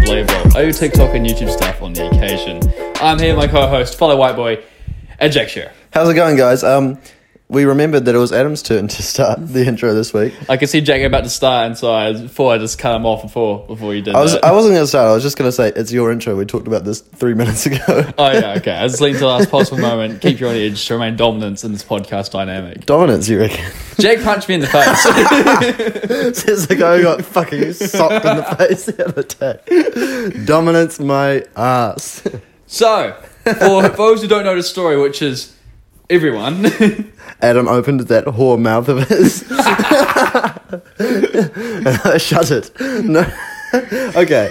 do TikTok and YouTube stuff on the occasion. I'm here, with my co-host, fellow white boy, and Jack Shearer. How's it going, guys? Um, we remembered that it was Adam's turn to start the intro this week. I could see Jack about to start, and so I before I just cut him off before before you did. I was that. I wasn't going to start. I was just going to say it's your intro. We talked about this three minutes ago. oh yeah, okay. I just lean to the last possible moment. Keep you on edge to remain dominant in this podcast dynamic. Dominance, you reckon? Jack punched me in the face. Says the guy who got fucking socked in the face the other day. Dominance, my ass. so, for those who don't know the story, which is everyone, Adam opened that whore mouth of his. Shut it. No. okay.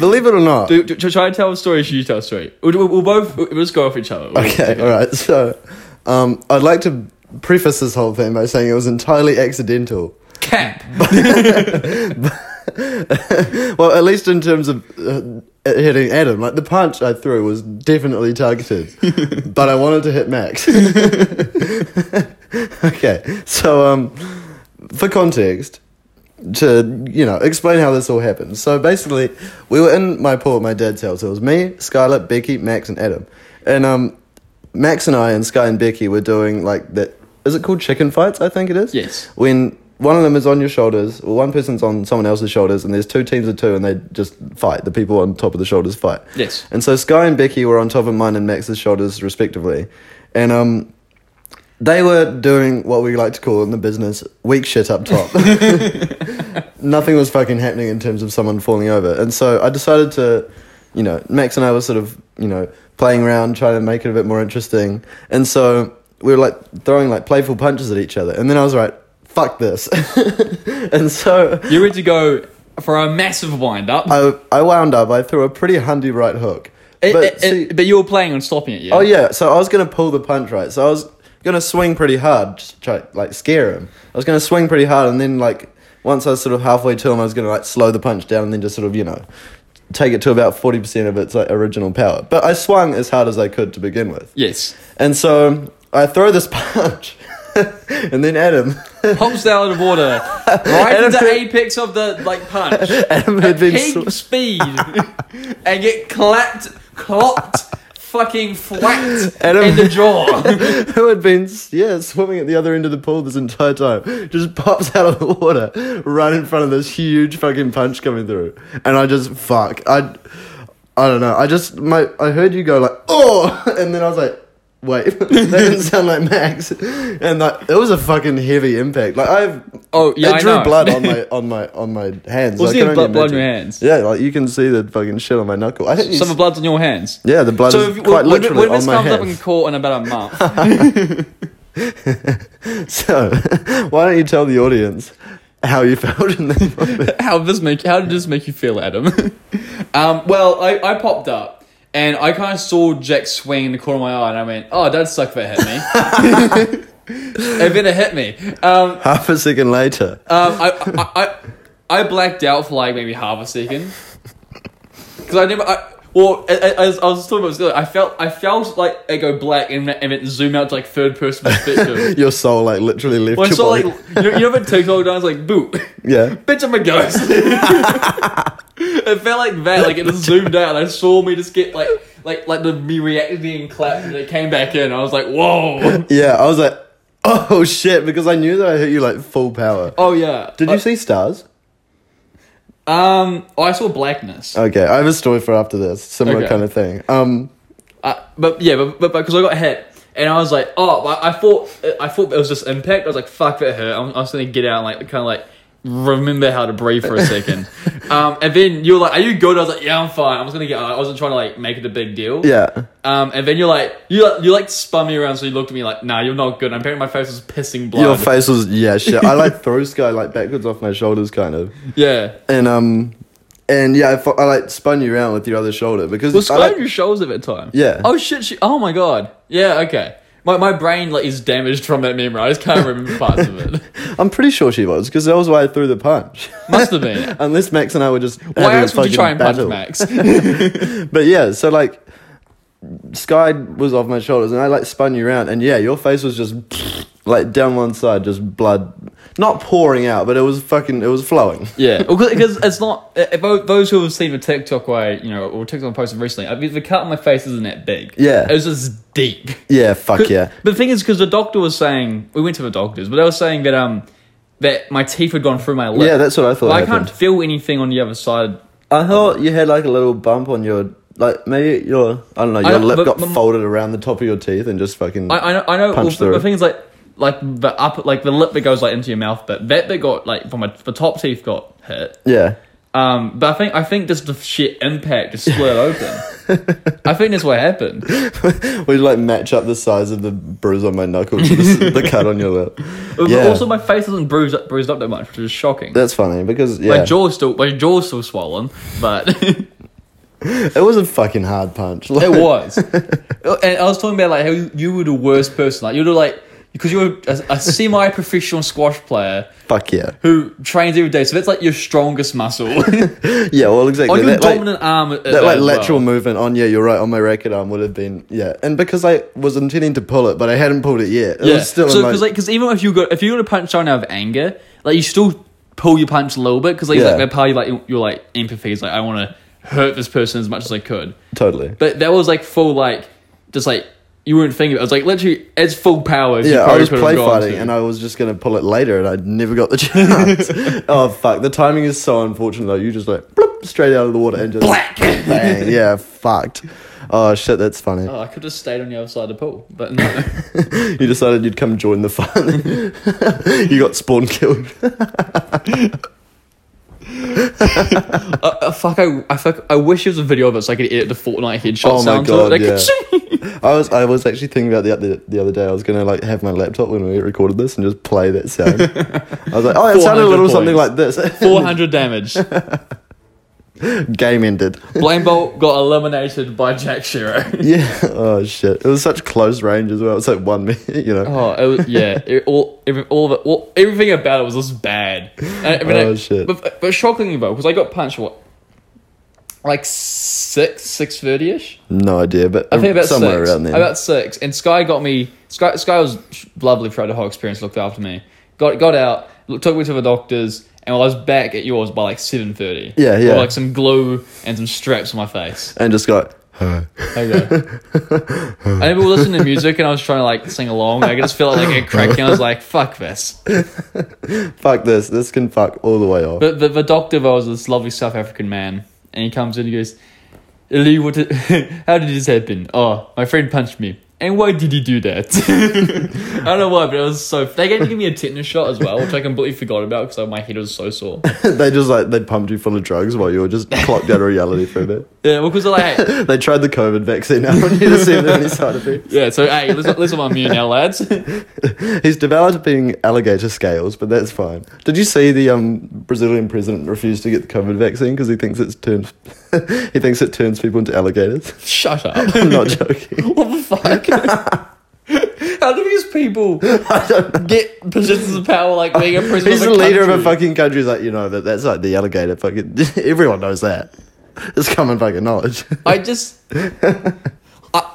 Believe it or not. do, do, try and tell a story. Should you tell a story? We'll, we'll- we'll both we'll just go off each other. Okay, all right. So, um, I'd like to preface this whole thing by saying it was entirely accidental. Cap. Well, at least in terms of uh, hitting Adam, like the punch I threw was definitely targeted, but I wanted to hit Max. okay, so um, for context, to you know explain how this all happened. So basically, we were in my pool at my dad's house. It was me, Scarlett, Becky, Max, and Adam, and um, Max and I and Sky and Becky were doing like that. Is it called chicken fights? I think it is. Yes. When one of them is on your shoulders, or one person's on someone else's shoulders, and there's two teams of two, and they just fight. The people on top of the shoulders fight. Yes. And so Sky and Becky were on top of mine and Max's shoulders, respectively, and um, they were doing what we like to call in the business weak shit up top. Nothing was fucking happening in terms of someone falling over. And so I decided to, you know, Max and I were sort of, you know, playing around, trying to make it a bit more interesting. And so we were like throwing like playful punches at each other. And then I was like, fuck this. and so You're ready to go for a massive wind up. I, I wound up, I threw a pretty handy right hook. It- it- it- But but, see- you were playing on stopping it, yeah? Oh yeah, so I was gonna pull the punch right. So I was gonna swing pretty hard, just to try like scare him. I was gonna swing pretty hard, and then like once I was sort of halfway to him, I was gonna like slow the punch down, and then just sort of you know take it to about forty percent of its like original power. But I swung as hard as I could to begin with, Yes. and so I throw this punch, and then Adam, Pops down out of water. Right Adam into the Pitt- apex of the like punch. Adam had been Peak sw- speed. and get clapped, clocked, fucking flacked Adam- in the jaw. who had been yeah swimming at the other end of the pool this entire time just pops out of the water right in front of this huge fucking punch coming through and i just fuck i i don't know i just my i heard you go like oh and then i was like wait that didn't sound like max and like it was a fucking heavy impact like i've Oh, yeah, it I drew know. blood on my on my on my hands Was I there can only blood- blood on your imagine. hands? yeah like you can see the fucking shit on my knuckle i think you Some s- of blood's on your hands. yeah the blood So is if, quite when, literally when on this my comes hands up in court in about a month, So, why don't you tell the audience how you felt in that moment? how this make how did this make you feel, Adam? um, well, I, I popped up and I kind of saw Jack swing in the corner of my eye, and I went, "Oh, that'd suck if it hit me." and then it hit me. Um, Half a second later, Um, I, I, I, I blacked out for like maybe half a second because I never. I, well, a- a- as I was talking about this earlier, I felt I felt like I go black and and it zoom out to like third person perspective. your soul like literally left when I your saw body. like you know, you know when TikTok does like boop, yeah, bitch I'm a ghost. it felt like that, like it just zoomed out. I saw me just get like like like the me reacting and clapped and it came back in. I was like, whoa. yeah. I was like, oh shit, because I knew that I hit you like full power. Oh yeah. Did you see stars? Um, oh, I saw blackness. Okay, I have a story for after this, similar Okay. kind of thing. Um, Uh, but yeah, but but because I got hit, and I was like, oh, but I thought I thought it was just impact. I was like, fuck that hurt. I'm, I was gonna get out and like kind of like remember how to breathe for a second. um, and then you were like, are you good? I was like, yeah, I'm fine. I was gonna get. out. I wasn't trying to like make it a big deal. yeah. Um, and then you're like, you like, you like spun me around, so you looked at me like, nah, you're not good. And apparently my face was pissing blood. Your face was yeah shit. I like threw sky like backwards off my shoulders, kind of, yeah. and um, and yeah, I, fu- I like spun you around with your other shoulder because Was I, Sky like, on your shoulders at that time? Yeah. Oh shit! She, oh my god. Yeah. Okay. My, my brain like is damaged from that memory. I just can't remember parts of it. I'm pretty sure she was because that was why I threw the punch. Must have been. Unless Max and I were just having Why a else would you fucking try and punch battle. Max? But yeah, so like, Sky was off my shoulders, and I like spun you around, and yeah, your face was just like down one side, just blood not pouring out, but it was fucking it was flowing. Yeah, because it's not. If I- those who have seen the TikTok way, you know, or TikTok posted recently, I mean, the cut on my face isn't that big. Yeah. it was just deep. Yeah, fuck yeah. But the thing is, because the doctor was saying we went to the doctors, but they were saying that um that my teeth had gone through my lip. Yeah, that's what I thought. But I happened. can't feel anything on the other side. I thought you had like a little bump on your like maybe your I don't know your don't- lip but- got but- folded around the top of your teeth and just fucking I I know. I know well, Punch the, the through. thing is, like like the upper like the lip that goes like into your mouth, but that bit got like from my the top teeth got hit. yeah Um, but I think I think just the shit impact just split open. I think that's what happened. we like match up the size of the bruise on my knuckle to the, the cut on your lip. But Yeah, also, my face isn't bruised up, bruised up that much, which is shocking. that's funny because my yeah, jaw's still my jaw's still swollen, but it it was a fucking hard punch. Like, was. and I was talking about like how you, you were the worst person, like you were like because you were a, a semi-professional squash player fuck yeah, who trains every day, so that's like your strongest muscle on yeah. Well, exactly. your That, like, dominant arm. That, that like lateral movement on yeah, you're right. On my racket arm would have been yeah, and because I was intending to pull it, but I hadn't pulled it yet. It Yeah. was still so in my, because like because even if you got if you were to punch someone out of anger, like you still pull your punch a little bit because like, Yeah. like that part you like you're like empathy is like I want to hurt this person as much as I could. totally. But that was like full like just like you weren't thinking. It was like literally it's full power. as you Yeah, I probably was could have play gone fighting to. and I was just gonna pull it later and I never got the chance. oh fuck, the timing is so unfortunate though. You just like bloop, straight out of the water and just Black! bang. Yeah, fucked. Oh shit, that's funny. oh, I could have stayed on the other side of the pool, but no. You decided you'd come join the fun. you got spawn killed. uh, uh, fuck, I, I fuck, I wish it was a video of it so I could edit the Fortnite headshot Oh my sound God, to it. Like, yeah. I was I was actually thinking about the other the other day. I was gonna like have my laptop when we recorded this and just play that sound. I was like, oh, it 400 sounded a little something points. like this. 400 damage. Game ended. Blaine Bolt got eliminated by Jack Shiro. Yeah. Oh shit. It was such close range as well. It's like one minute, you know. Oh, it was, yeah. It, all, every, all of it, all, everything about it was just bad. And, I mean, Oh, I- shit. But, but shockingly, though, because I got punched, what, like 6, 6.30ish? No idea, but I think about somewhere six. around there. About six. And Sky got me. Sky, Sky was lovely throughout the whole experience. Looked after me. Got got out. Look, took me to the doctors. And I was back at yours by like seven thirty. Yeah, yeah. like some glue and some straps on my face. and just go. There you go. I remember listening to music and I was trying to like sing along. I could just felt like it cracking. I was like, "Fuck this." Fuck this. This can fuck all the way off. But the, the doctor though, was this lovely South African man, and he comes in and he goes, "Lee, what? Did, how did this happen? Oh, my friend punched me. And why did he do that? I don't know why, but it was so. They gave give me a tetanus shot as well, which I completely forgot about because my head was so sore. they just like they pumped you full of drugs while you were just clocked out of reality for a bit. Yeah, because well, 'cause they're like, They tried the COVID vaccine out on you to see if there any side effects. yeah. So hey, listen, listen, I'm immune now, lads. He's developing alligator scales, but that's fine. Did you see the um, Brazilian president refused to get the COVID vaccine because he thinks it's turns he thinks it turns people into alligators? Shut up. I'm not joking. What the fuck? How do these people get positions of power like being a prisoner? He's of the a leader of a country? fucking country. He's like, you know, that that's like the alligator. Fucking everyone knows that. It's common fucking knowledge. I just I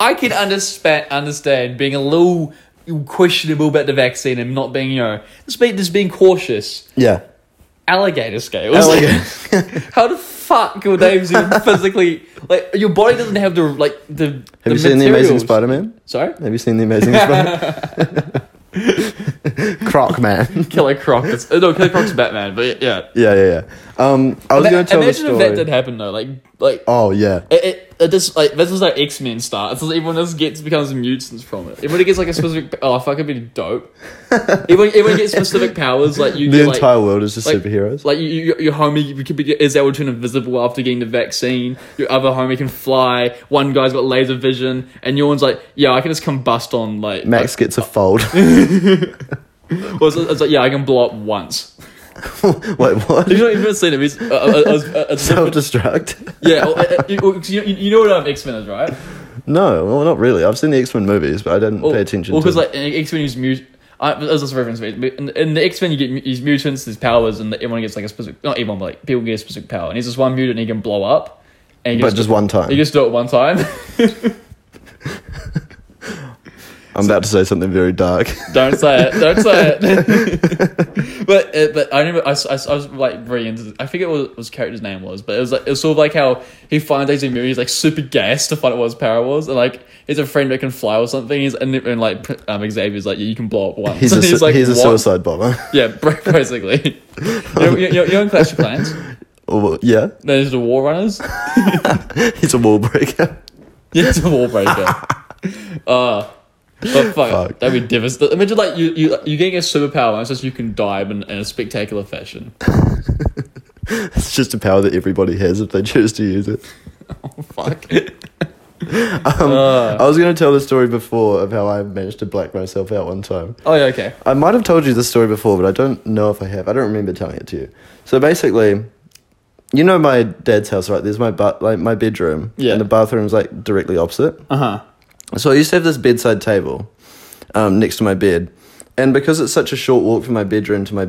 I can understand understand being a little questionable about the vaccine and not being you know just being just being cautious. Yeah. Alligator scales. Alligator. How the fuck your name's even physically like your body doesn't have the like the. Have you seen the Amazing Spider Man? Sorry, Have you seen the Amazing Spider? Croc Man. Killer Croc. Is, uh, no, Killer Croc's Batman, but yeah. Yeah, yeah, yeah. Um, I was Ma- going to tell a imagine if that story. did happen though, like like. oh yeah. It, it, it just like this is like X Men starts. It's like everyone else gets becomes mutants from it. Everybody gets like a specific. Oh fuck, it'd be dope. Everyone, everyone gets specific powers. Like you, The get, entire like, world is just like- superheroes. like you, you, your homie you could be, is able to turn invisible after getting the vaccine. Your other homie can fly. One guy's got laser vision, and your one's like, yeah, I can just combust on like. Max gets a fold. Or it's, it's like yeah, I can blow up once. Wait, what? You've not even seen him. It's, uh, uh, uh, uh, it's Self destruct? yeah, well, uh, uh, you, you, you know what X Men is, right? No, well, not really. I've seen the X Men movies, but I didn't pay attention. Oh, Well, to because like in X Men, use mut. I, that was just a reference. but In, in the X Men, you get mu- these mutants, these powers, and everyone gets like a specific. Not everyone, but like people get a specific power. And he's just one mutant, and he can blow up. And he but just, just one time. he just do it one time. I'm I'm about to say something very dark. Don't say it. Don't say it. but uh, but I remember I, s- I s- I was like really into. I forget what his character's name was, but it was like it was sort of like how he finds these movies he's, like super gassed to find out what his power was, and like he's a friend that can fly or something. He's and, and like pr- um, Xavier's like yeah, you can blow up once. He's a, and su- he's a "What?" suicide bomber. Yeah, basically. you're, you're, you're in Clash of Clans. Or, yeah, There's the War Runners. he's a wall breaker. Yeah, it's a wall breaker. uh, but fuck, Fuck. that'd be devastating. Imagine like you you you getting a superpower and it says you can dive in, in a spectacular fashion. It's just a power that everybody has if they choose to use it. Oh, Um, Fuck. Ah. I was going to tell the story before of how I managed to black myself out one time. Oh yeah, okay. I might have told you this story before, but I don't know if I have. I don't remember telling it to you. So basically, you know my dad's house, right? There's my ba- like my bedroom, Yeah. and the bathroom's like directly opposite. Uh huh. So I used to have this bedside table um, next to my bed, and because it's such a short walk from my bedroom to my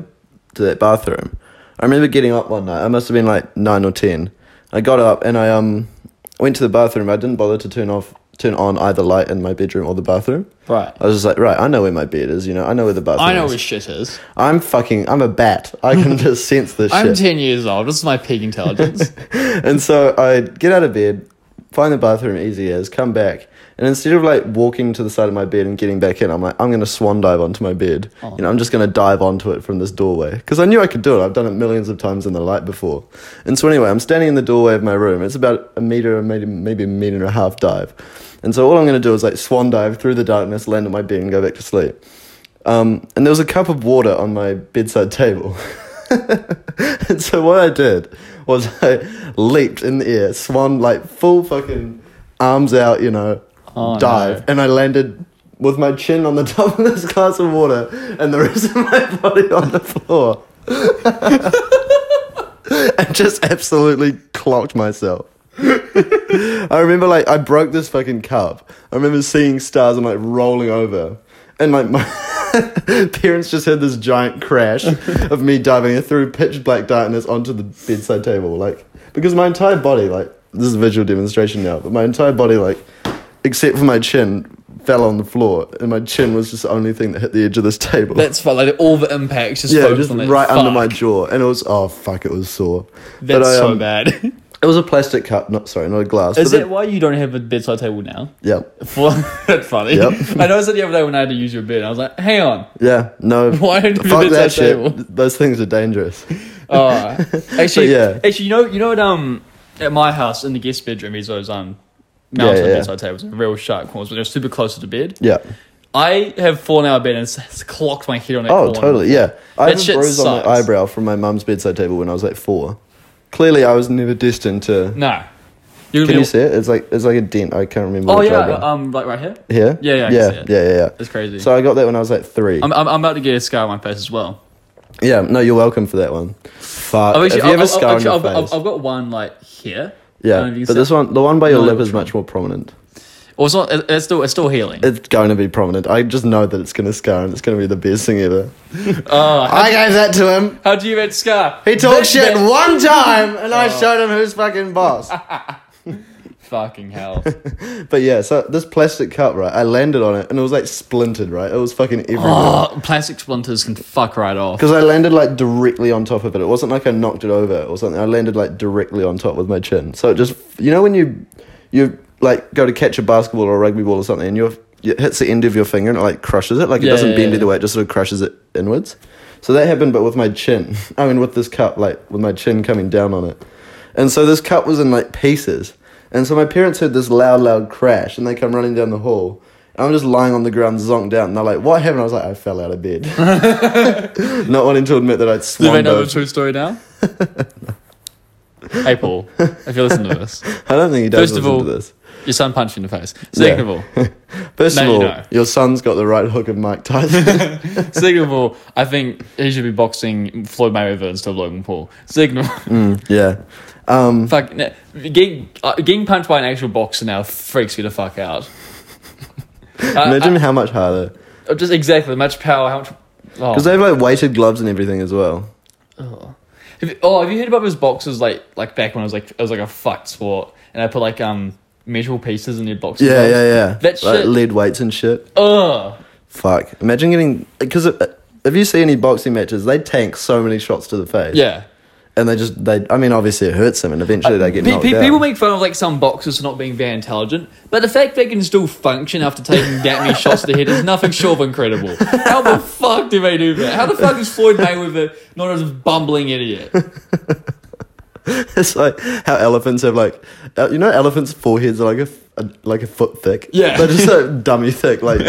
to that bathroom, I remember getting up one night. I must have been like nine or ten. I got up and I um went to the bathroom. I didn't bother to turn off turn on either light in my bedroom or the bathroom. Right. I was just like, right, I know where my bed is. You know, I know where the bathroom. I know is. where shit is. I'm fucking. I'm a bat. I can just sense this I'm shit. ten years old. This is my peak intelligence. and so I get out of bed, find the bathroom easy as, come back, and instead of like walking to the side of my bed and getting back in, I'm like, I'm gonna swan dive onto my bed. You know, I'm just gonna dive onto it from this doorway because I knew I could do it. I've done it millions of times in the light before. And so anyway, I'm standing in the doorway of my room. It's about a meter, maybe maybe a meter and a half dive. And so all I'm gonna do is like swan dive through the darkness, land on my bed, and go back to sleep. Um, and there was a cup of water on my bedside table. and so what I did was I leaped in the air, swan like full fucking arms out, you know, Oh, dive, no. and I landed with my chin on the top of this glass of water and the rest of my body on the floor. and just absolutely clocked myself. I remember like I broke this fucking cup. I remember seeing stars and like rolling over. And like my parents just had this giant crash of me diving through pitch black darkness onto the bedside table. Like because my entire body, like this is a visual demonstration now, but my entire body like except for my chin fell on the floor and my chin was just the only thing that hit the edge of this table. That's fun. Like all the impacts just yeah, focused just on that. right under Fuck, my jaw. And it was oh fuck, it was sore. But That's I, so um, bad. It was a plastic cup, not sorry, not a glass. Is but that why you don't have a bedside table now? the- yeah. For, that's funny. Yep. I noticed that the other day when I had to use your bed. I was like, hang on. Yeah, no. Why did you fuck do that that shit? table? Those things are dangerous. Oh, actually, yeah. actually, you know, you know what? Um, at my house in the guest bedroom is those um mountain Yeah, yeah, yeah. bedside tables, real sharp corners, but they're super close to the bed. Yeah. I have fallen out of bed and s- s- clocked my head on that. Oh, corner. totally. Yeah. I That have a shit bruise on sucks. my eyebrow from my mum's bedside table when I was like four. Clearly, I was never destined to. No, you Can you see it? It's like it's like a dent. I can't remember. Oh which yeah, eyebrow. um, like right here. Here. yeah, yeah, I can yeah, see it. yeah, yeah, yeah. That's crazy. So I got that when I was like three. I'm, I'm, I'm about to get a scar on my face as well. yeah. No, you're welcome for that one. Fuck. I've If actually, you have I've- a I've- scar on actually, your I've, I've, face. I've got one like here. I don't know if Yeah, you but can this see- one, the one by your No, lip which is much more prominent. Well, it's not. it- It's still. It's still healing. It's going to be prominent. I just know that it's going to scar, and it's going to be the best thing ever. Oh, I gave that to him. how do you get scar? He talked This shit bit- one time, and I showed him who's fucking boss. Fucking hell. but yeah, so this plastic cup, right? I landed on it, and it was like splintered, right? It was fucking everywhere. Oh, plastic splinters can fuck right off. Because I landed like directly on top of it. It wasn't like I knocked it over or something. I landed like directly on top with my chin. So it just, you know, when you you like go to catch a basketball or a rugby ball or something, and you're, it hits the end of your finger and it like crushes it. Like it Yeah, doesn't yeah, bend yeah. either way. It just sort of crushes it inwards. So that happened, but with my chin. I mean, with this cup, like with my chin coming down on it. And so this cup was in like pieces. And so my parents heard this loud, loud crash, and they come running down the hall. And I'm just lying on the ground, zonked down. And they're like, "What happened?" I was like, "I fell out of bed." Not wanting to admit that I'd Do they swung know the over. true story now? hey, Paul, if you listen to this, I don't think he does First of listen to all- this. your son punched you in the face. Second of all, First now of you all, know. your son's got the right hook of Mike Tyson. second of all, I think he should be boxing Floyd Mayweather instead of Logan Paul. Second of all, Mm, yeah. Um, fuck, no, getting, uh, getting punched by an actual boxer now freaks me the fuck out. I- Oh. imagine how much harder. I- just exactly much power, how much. Oh. Because they have like weighted gloves and everything as well. Oh. Have you, oh, have you heard about those boxes like like back when I was like it was like a fucked sport and I put like um measurable pieces in their boxes. Yeah, yeah, yeah. That like shit- lead weights and shit. Ugh. Fuck. Imagine getting because if you see any boxing matches, they tank so many shots to the face. Yeah. Uh, and they just they. I mean, obviously it hurts them, and eventually they get Pe- knocked pe- out. people make fun of like some boxers for not being very intelligent, but the fact they can still function after taking that many shots to the head is nothing short of incredible. How the fuck do they do that? How the fuck is Floyd Mayweather not a bumbling idiot? it's like how elephants have like uh, you know elephants' foreheads are like a, f- a- like a foot thick. Yeah. they're just so dummy thick, like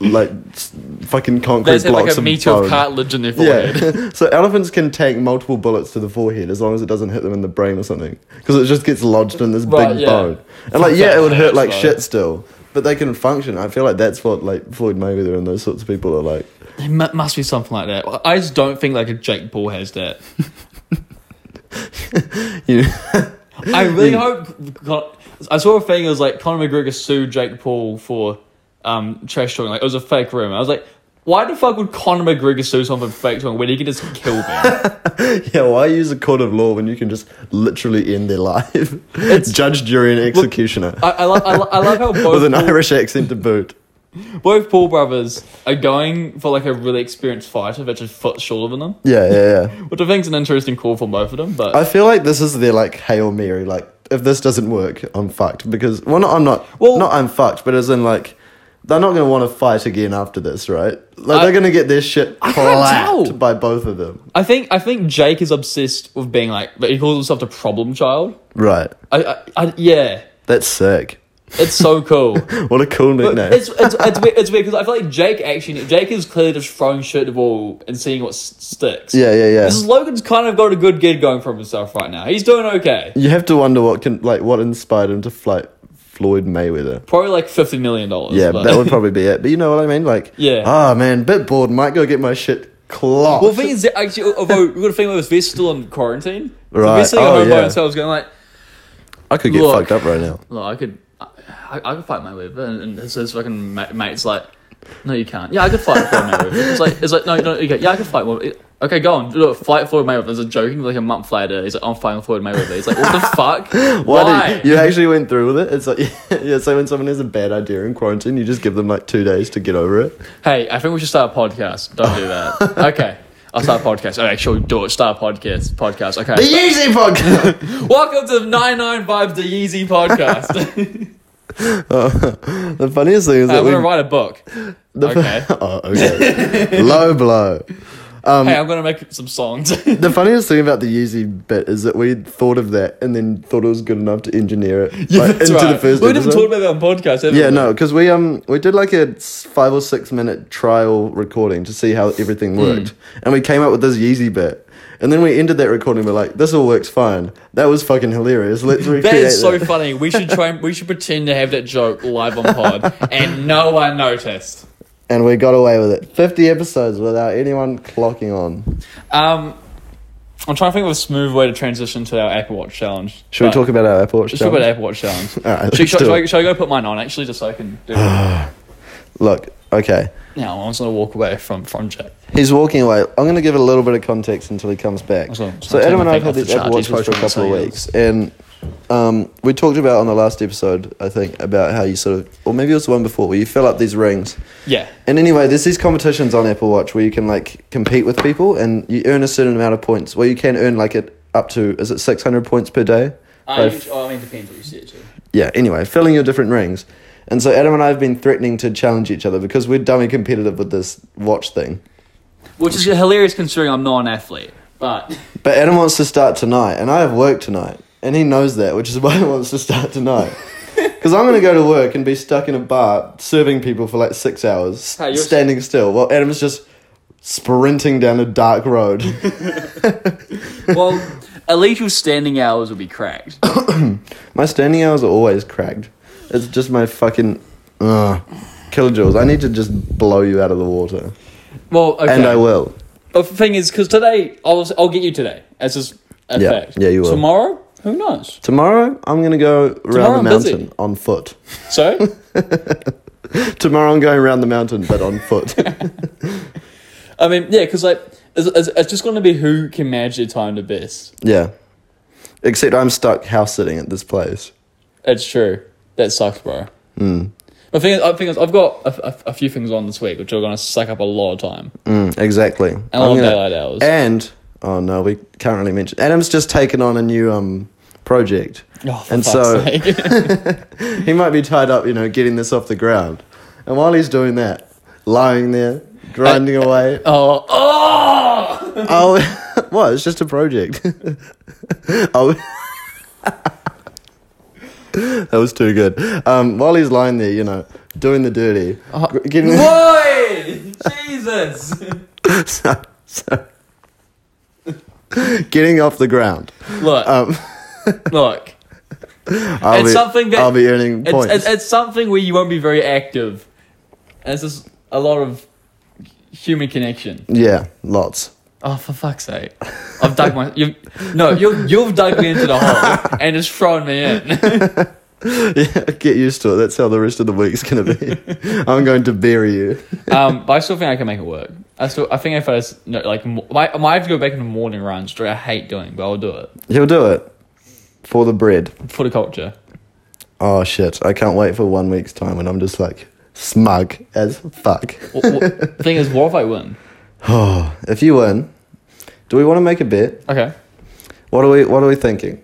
like s- fucking concrete They have blocks like a of meter bone. of cartilage in their forehead. yeah, so elephants can take multiple bullets to the forehead as long as it doesn't hit them in the brain or something, because it just gets lodged in this Right, big yeah. bone. And like, yeah, Fucking it would hurt hurts, like though. shit still, but they can function. I feel like that's what like Floyd Mayweather and those sorts of people are like. It mu- must be something like that. I just don't think like a Jake Paul has that. You I really Hmm. hope. Con- I saw a thing. It was like Conor McGregor sued Jake Paul for um, trash talking. Like it was a fake rumor. I was like, why the fuck would Conor McGregor sue someone for fake talking when he could just kill them? Yeah, why use a court of law when you can just literally end their life? Judge, jury, and executioner. I, I, love, I, lo- I love how both with an Paul, Irish accent to boot. both Paul brothers are going for like a really experienced fighter that's a foot shorter than them, Yeah, yeah, yeah. which I think is an interesting call for both of them. But I feel like this is their like Hail Mary. Like, if this doesn't work, I'm fucked. Because, well, not, I'm not, Well- not I'm fucked, but as in like, they're not going to want to fight again after this, right? Like, I- they're going to get their shit I can't tell. clapped by both of them. I think I think Jake is obsessed with being like he calls himself the problem child. Right. I, I, I yeah, That's sick. it's so cool. What a cool nickname. It's it's it's weird, it's weird because I feel like Jake actually Jake is clearly just throwing shit at the wall and seeing what s- sticks. yeah, yeah, yeah. Because Logan's kind of got a good gig going for himself right now. He's doing okay. You have to wonder what can like what inspired him to fight Floyd Mayweather. Probably like fifty million dollars. Yeah, but- that would probably be it. But you know what I mean? Like, Yeah. Ah, man, bit bored. Might go get my shit clocked. Well, the thing is, that actually, although we've got a thing where they're still in quarantine. So Right. they're sitting at Oh, home yeah. by themselves, going like, I could get Look. fucked up right now. "Look, I could, I, I could fight my liver," and, and his, his fucking ma- mate's like, "No, you can't." Yeah, I could fight for my liver. It's like, it's like, no, no, okay, yeah, I could fight one. Okay, go on. Look, fight Floyd Mayweather. There's a joking like a month later. He's like, I'm fighting Floyd Mayweather. He's like, what the fuck? Why? Why? Did, you actually went through with it? It's like, yeah, so when someone has a bad idea in quarantine, you just give them like two days to get over it. Hey, I think we should start a podcast. Don't do that. okay, I'll start a podcast. Okay, sure, do it. Start a podcast. Podcast. Okay. The Yeezy podcast! Welcome to 99 Vibes, the Yeezy podcast. the funniest thing is that I'm we. going to write a book. the, Uh, okay. oh, okay. Low blow. Um, hey, I'm going to make some songs. The funniest thing about the Yeezy bit is that we thought of that and then thought it was good enough to engineer it like, That's into the right. first We episode. didn't talk about that on podcast, have Yeah, we? no, because we um we did like a s- five or six minute trial recording to see how Hmm. everything worked, and we came up with this Yeezy bit, and then we ended that recording. We're like, this all works fine. That was fucking hilarious. Let's recreate That is so that. funny. We should try. and- We should pretend to have that joke live on pod, and no one noticed. and we got away with it. Fifty episodes without anyone clocking on. Um, I'm trying to think of a smooth way to transition to our Apple Watch challenge. Should we But- talk about our Apple Watch? Let's talk about challenge? Apple Watch challenge. should, Alright, let's should, do should, it. I, should I go put mine on actually, just so I can do? it? Look, okay, now I'm just gonna walk away from from Jack. he's walking away. I'm gonna give a little bit of context until he comes back. Also, so I'll take Adam my and I thing off have had the these Apple charge. He's Watches for a probably trying to couple of say weeks, and um, we talked about on the last episode, I think, about how you sort of, or maybe it was the one before, where you fill up these rings. Yeah, And anyway, there's these competitions on Apple Watch where you can like compete with people, and you earn a certain amount of points. Well, you can earn like it up to is it 600 points per day? By f- oh, I mean, depends what you see it to. yeah. Anyway, filling your different rings. And so Adam and I have been threatening to challenge each other because we're dummy competitive with this watch thing. Which is hilarious considering I'm not an athlete, but But Adam wants to start tonight, and I have work tonight, and he knows that, which is why he wants to start tonight. Because I'm going to go to work and be stuck in a bar serving people for like six hours, Hey, Ah, you're- standing still, while Adam's just sprinting down a dark road. well, at least your standing hours will be cracked. my standing hours are always cracked. It's just my fucking ugh, kilojoules. I need to just blow you out of the water, Well, okay. and I will. But the thing is, because today I'll I'll get you today. As just a Yeah, fact. yeah, you will. Tomorrow, who knows? Tomorrow, I'm going to go around Tomorrow the I'm busy. mountain on foot. So, Tomorrow, I'm going around the mountain, but on foot. I mean, yeah, because like it's, it's, it's just going to be who can manage their time the best. Yeah. Except I'm stuck house sitting at this place. It's true. That sucks, bro. Mm. The thing is, I think is, I've got a, a- a few things on this week which are going to suck up a lot of time. Mm, exactly. And I'm long gonna- daylight hours. And oh no, we can't really mention. Adam's just taken on a new um project, Oh, for and fuck's so sake. he might be tied up, you know, getting this off the ground. And while he's doing that, lying there grinding away. oh, oh! Oh, what? It's just a project. oh. That was too good. Um, while he's lying there, you know, doing the dirty, Uh-huh. gr- getting Boy, Jesus! Uh, so- so- getting off the ground. Look, Um, look. I'll It's be, something that- I'll be earning It's, points. it's, it's something where you won't be very active. And it's just a lot of human connection. yeah, lots. Oh, for fuck's sake. I've dug my. You've, no, you've, you've dug me into the hole and it's thrown me in. Yeah, get used to it. That's how the rest of the week's gonna be. I'm going to bury you. Um, but I still think I can make it work. I still, I think if I was no, like, mo- I I might have to go back into morning runs, which I hate doing, but I'll do it He'll do it for the bread. for the culture. Oh shit! I can't wait for one week's time when I'm just like smug as fuck. Wha- wha- thing is, what if I win? Oh, if you win, do we want to make a bet? Okay. What are we What are we thinking?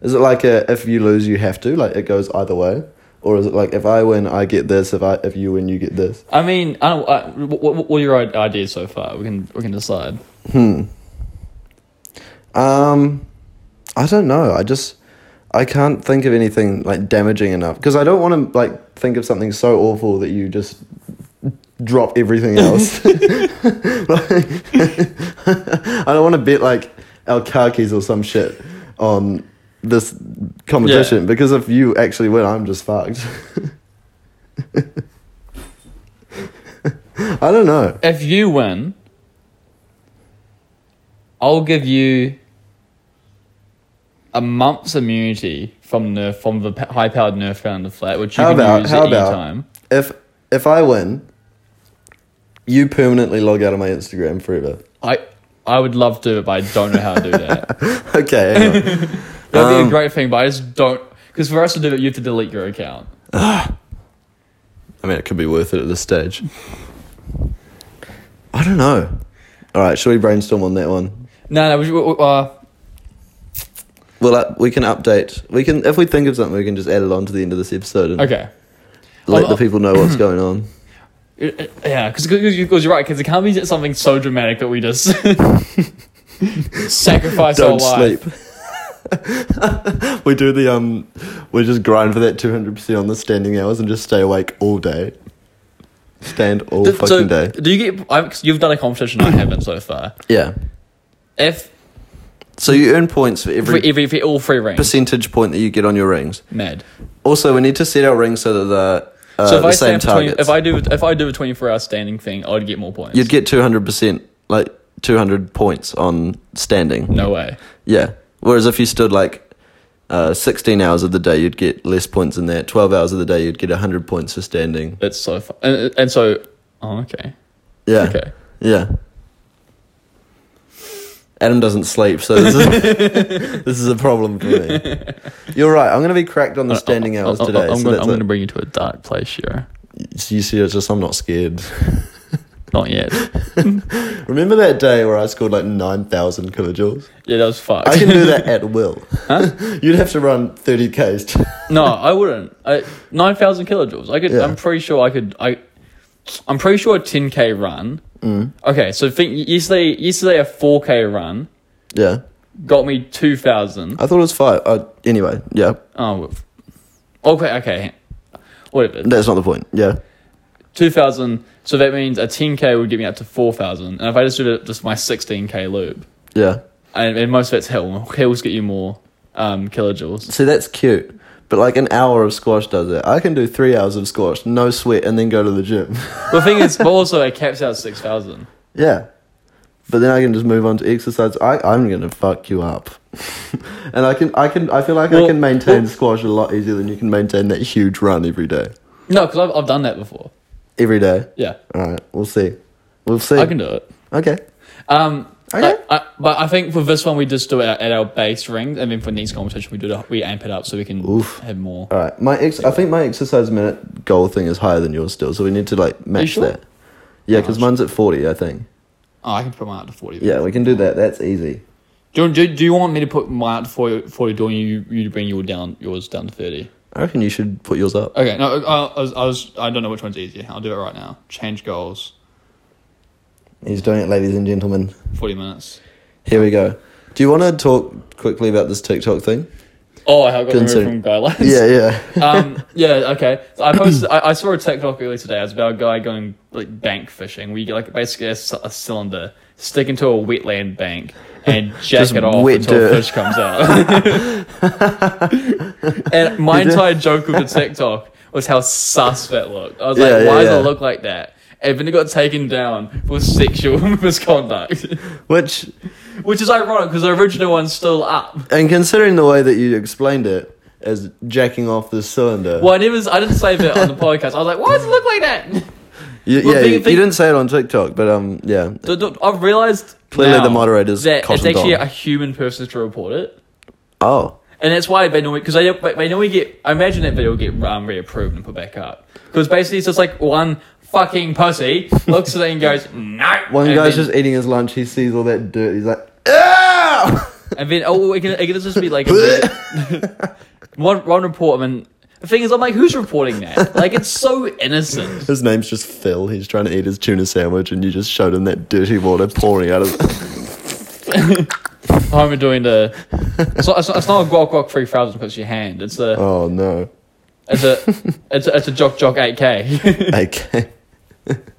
Is it like a if you lose you have to like it goes either way, or is it like if I win I get this if I if you win you get this? I mean, I don't, I, what, what, what are your i- ideas so far? We can, we can decide. Um, I don't know. I just I can't think of anything like damaging enough because I don't want to like think of something so awful that you just drop everything else. Like, I don't want to bet like our car keys or some shit on this competition because if you actually win, I'm just fucked. I don't know. If you win, I'll give you a month's immunity from Nerf, from the high powered Nerf gun in the flat, which you How can about- use how at about- any time. If if I win, you permanently log out of my Instagram forever. I, I would love to do it, but I don't know how to do that. Okay. hang on. That'd be Um, a great thing, but I just don't. Because for us to do that, you have to delete your account. I mean, it could be worth it at this stage. I don't know. All right, should we brainstorm on that one? No, no, we, we, we- uh, Well, uh, we can update. We can if we think of something, we can just add it on to the end of this episode and okay. let the I'll- people know what's going on. Uh, uh, Yeah, because you're right, because it can't be something so dramatic that we just sacrifice Don't our life. sleep. we do the um, we just grind for that two hundred percent on the standing hours and just stay awake all day. Stand all Th- fucking so, day. do you get? I, cause you've done a competition I haven't so far. Yeah. If So you earn points for for every every for all three rings, percentage point that you get on your rings. mad. Also, we need to set our rings so that the uh, So if the I same stand for 20, if targets. I do if I do a twenty four hour standing thing, I'd get more points. You'd get two hundred percent, like two hundred points on standing. no way. Yeah. Whereas if you stood like uh, sixteen hours of the day, you'd get less points than that. Twelve hours of the day, you'd get hundred points for standing. That's so fun. And, and so, oh okay, Yeah. okay. Yeah. Adam doesn't sleep, so this is this is a problem for me. You're right. I'm going to be cracked Uh, on the standing hours I- I- today. I'm, so gonna, that's I'm it. gonna bring you to a dark place, sure. You see, it's just I'm not scared. Not yet. Remember that day where I scored like nine thousand kilojoules? Yeah, that was fucked. I can do that at will. You'd have to run 30 Ks. To- no, I wouldn't. I, Nine thousand kilojoules. I could. Yeah. I'm pretty sure I could. I. I'm pretty sure a 10k run. Mm. Okay, so think yesterday. Yesterday, a 4k run yeah. got me 2,000. I thought it was five. Uh, anyway, yeah. Oh, well, f- okay, okay, whatever. That's not the point. Yeah. 2,000. So that means a 10k would get me up to 4,000. And if I just do it, just my 16k loop, Yeah. and, and most of it's hill. Hills get you more um kilojoules. See, that's cute. But like an hour of squash does it. I can do three hours of squash, no sweat, and then go to the gym. the thing is, but also it caps out 6,000. yeah. But then I can just move on to exercise. I, I'm gonna fuck you up, and I can I can I feel like I Well- can maintain well- squash a lot easier than you can maintain that huge run every day. No, because I've, I've done that before. Every day. Yeah, All right, we'll see. We'll see. I can do it. okay. Um, Okay. I, I, but I think for this one we just do it at our base ring, and then for next competition we do the, we amp it up so we can Oof. have more. All right. My ex. I think my exercise minute goal thing is higher than yours still, so we need to like match sure? that. Yeah, because mine's at forty, I think. Oh, I can put mine out to forty. Yeah, we can do that. That's easy. Do, you- do, do you want me to put mine out to 40, 40 doing you you to bring your down yours down to thirty? I reckon you should put yours up. Okay. No, uh, I, I was, I was I don't know which one's easier. I'll do it right now. Change goals. He's doing it, ladies and gentlemen. Forty minutes. Here we go. Do you want to talk quickly about this TikTok thing? Oh, I got removed Consider- from guidelines. Yeah, yeah. um, yeah, okay. So I posted. I, I saw a TikTok earlier today. It was about a guy going like bank fishing. We like basically a, c- a cylinder, stick into a wetland bank, and jack Just it off wet until dirt. fish comes out. and my entire joke of the TikTok was how sus that looked. I was Yeah, like, yeah, why yeah. does it look like that? And then it got taken down for sexual misconduct, Which, which is ironic because the original one's still up. and considering the way that you explained it as jacking off the cylinder, Well, I never, I didn't say that on the podcast. I was like, why does it look like that? You, Well, yeah, think- you, you think- didn't say it on TikTok, but um, yeah, D- d- I've realised Clearly now the moderators that it's cottoned actually on. a human person to report it, oh, and that's why they normally because they they normally get. I imagine that video will get um, reapproved and put back up because basically it's just like one fucking pussy looks at it and goes no. one and guy's then, just eating his lunch. He sees all that dirt. He's like, ah! and then oh it can, it can just be like a video- one one report and then- the thing is I'm like who's reporting that like it's so innocent. his name's just Phil. He's trying to eat his tuna sandwich, and you just showed him that dirty water pouring out of. I'm doing the it's not, it's not, it's not a guac guac three thousand puts your hand. It's a Oh no! it's a it's a, it's a jock jock eight k. Okay.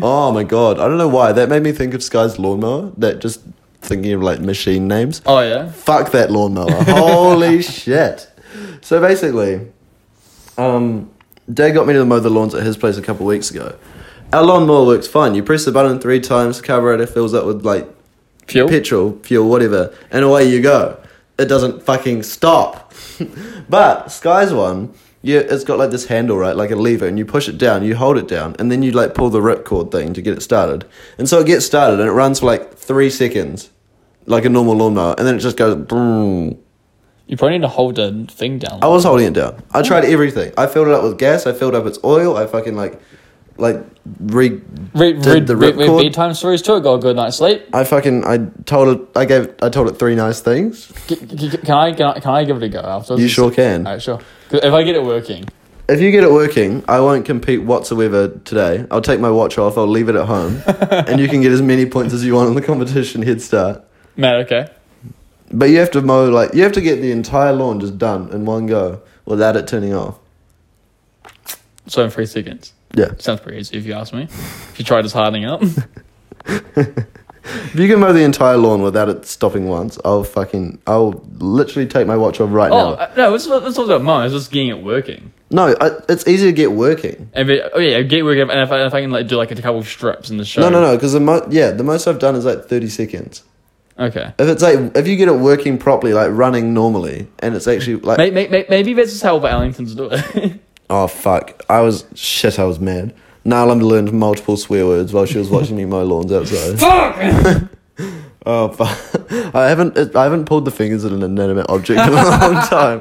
oh my god! I don't know why that made me think of Sky's lawnmower. That just thinking of like machine names. Oh yeah. Fuck that lawnmower. Holy shit. So basically, um, Dad got me to mow the lawns at his place a couple weeks ago. Our lawnmower works fine. You press the button three times, the carburetor fills up with like Fuel. petrol, fuel, whatever, and away you go. It doesn't fucking stop. but Sky's one, you, it's got like this handle, right? Like a lever, and you push it down, you hold it down, and then you like pull the ripcord thing to get it started. And so it gets started, and it runs for like three seconds, like a normal lawnmower, and then it just goes boom. You probably need to hold the thing down. I was holding it down. I tried everything. I filled it up with gas. I filled up its oil. I fucking like, like re read, did read, the read, read ripcord. bedtime stories too. Got a good night's sleep. I fucking I told it. I gave. I told it three nice things. G- g- can, I, can I can I give it a go afterwards? You sure can. Alright, sure. 'Cause If I get it working, If you get it working, I won't compete whatsoever today. I'll take my watch off, I'll leave it at home, and you can get as many points as you want on the competition head start. Matt. Okay. But you have to mow, like, you have to get the entire lawn just done in one go without it turning off. So in three seconds. Yeah. Sounds pretty easy if you ask me. If you tried just hardening up. If you can mow the entire lawn without it stopping once, I'll fucking, I'll literally take my watch off right oh now. uh, no, this is this is about mine. It's just getting it working. No, I, it's easy to get working. And if it, oh yeah, get it working. And if I, if I can like do like a couple of strips in the show. No, no, no, because the mo- yeah, the most I've done is like 30 seconds. Okay. If it's like, if you get it working properly, like running normally, and it's actually like, Maybe, maybe, maybe this is how the Ellingtons do it. Oh fuck! I was shit. I was mad. Nylam learned multiple swear words while she was watching me mow lawns outside. Fuck! Oh fuck! I haven't it- I haven't pulled the fingers at an inanimate object in a long time.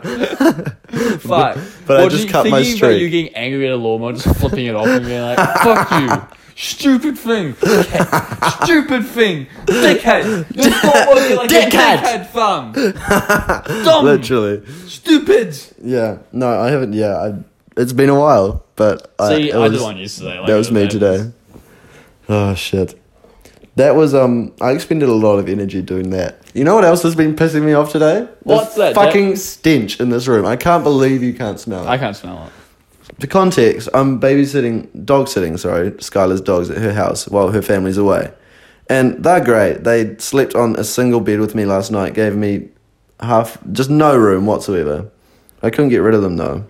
Fuck. but I Or just you- cut my thinking about streak. You getting angry at a lawnmower, just flipping it off and being like, "Fuck you, stupid thing, Dickhead. stupid thing, dickhead, you're not working like Dickhead. a dickhead, fam, dumb, Literally, stupid." yeah. No, I haven't. Yeah, I, it's been a while, but See, it I did was- one yesterday. Like, that was me bad. today. Oh shit! That was um. I expended a lot of energy doing that. You know what else has been pissing me off today? This What's that, Jack? Fucking stench in this room. I can't believe you can't smell it. I can't smell it. For context, I'm babysitting, dog sitting, sorry, Skylar's dogs at her house while her family's away. And they're great. They slept on a single bed with me last night, gave me half, just no room whatsoever. I couldn't get rid of them though.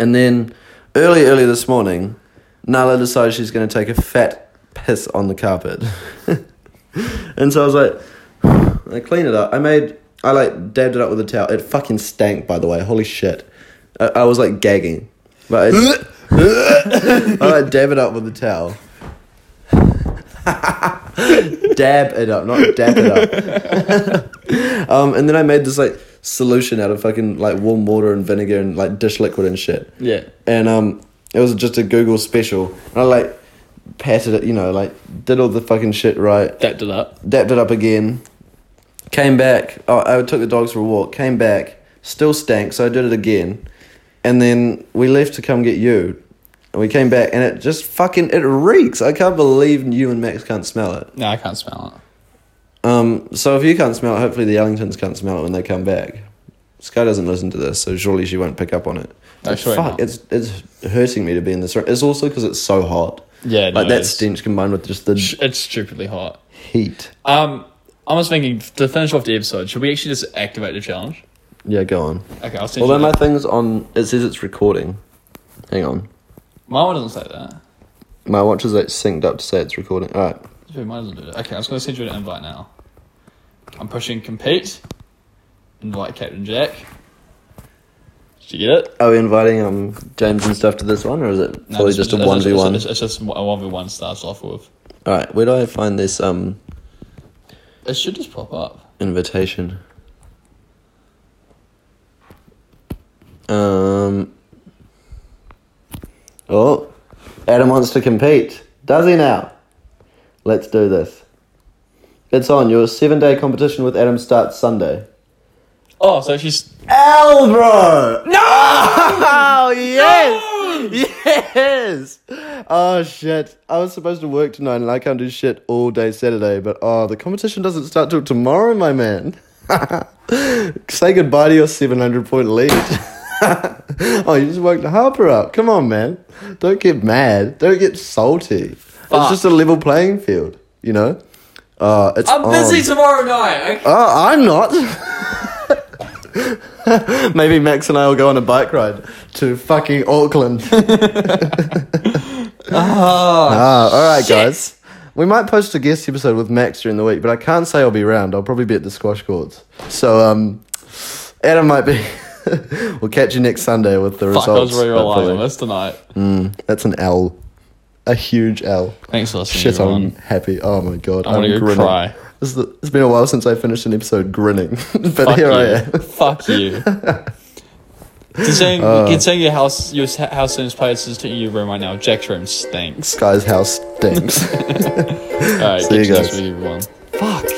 And then early, early this morning, Nala decided she's going to take a fat piss on the carpet. and so I was like, I cleaned it up. I made, I like dabbed it up with a towel. It fucking stank, by the way. Holy shit. I, I was like gagging. But I, I like dab it up with a towel. dab it up, not dab it up. um, and then I made this like solution out of fucking like warm water and vinegar and like dish liquid and shit. Yeah. And um, it was just a Google special. And I like patted it, you know, like did all the fucking shit right Dapped it up. dapped it up again. Came back. Oh, I took the dogs for a walk. Came back. Still stank, so I did it again. And then we left to come get you. And we came back, and it just fucking it reeks. I can't believe you and Max can't smell it. No, I can't smell it. Um, so if you can't smell it, hopefully the Ellingtons can't smell it when they come back. Sky doesn't listen to this, so surely she won't pick up on it. No, But surely fuck, not. it's it's hurting me to be in this room. It's also because it's so hot. Yeah, like no, that it's- stench combined with just the It's stupidly hot. heat. Um, I was thinking to finish off the episode, should we actually just activate the challenge? Yeah, go on. Okay, I'll send Although you. my that. thing's on, it says it's recording. Hang on, My one doesn't say that. my watch is like synced up to say it's recording. All right, Dude, mine doesn't do that. Okay, I'm just gonna send you an invite now. I'm pushing compete. Invite Captain Jack. Did you get it? are we inviting um James and stuff to this one, or is it No, probably it's- just a it's- one it's- v one? It's it's just a one v one starts off with. All right, where do I find this um It should just pop up. invitation? Um. Oh, Adam wants to compete. Does he now? Let's do this. It's on. Your seven day competition with Adam starts Sunday. Oh, so she's L, bro. No. Oh, yes. Yes. Oh shit! I was supposed to work tonight, and I can't do shit all day Saturday. But oh, the competition doesn't start till tomorrow, my man. Say goodbye to your seven hundred point lead. oh, you just woke the Harper up. Come on, man. Don't get mad. Don't get salty. It's Fuck. just a level playing field, you know. Uh, it's I'm on. busy tomorrow night. Okay. Oh, I'm not. Maybe Max and I will go on a bike ride to fucking Auckland. ah, all right, guys. We might post a guest episode with Max during the week, but I can't say I'll be around. I'll probably be at the squash courts. So, um, Adam might be. we'll catch you next Sunday with the Fuck, I results. was really relying on hopefully. this tonight. That's an L, a huge L. Thanks for listening. Shit, everyone. I'm happy. Oh my god, I wanna I'm go grinning. cry. This is the, it's been a while since I finished an episode grinning, but Fuck here you. I am. Ah. Fuck you. considering, considering your house, your s- house seems place is to your room right now. Jack's room stinks. Sky's house stinks. All right, See get you to this guys. week, everyone. Fuck.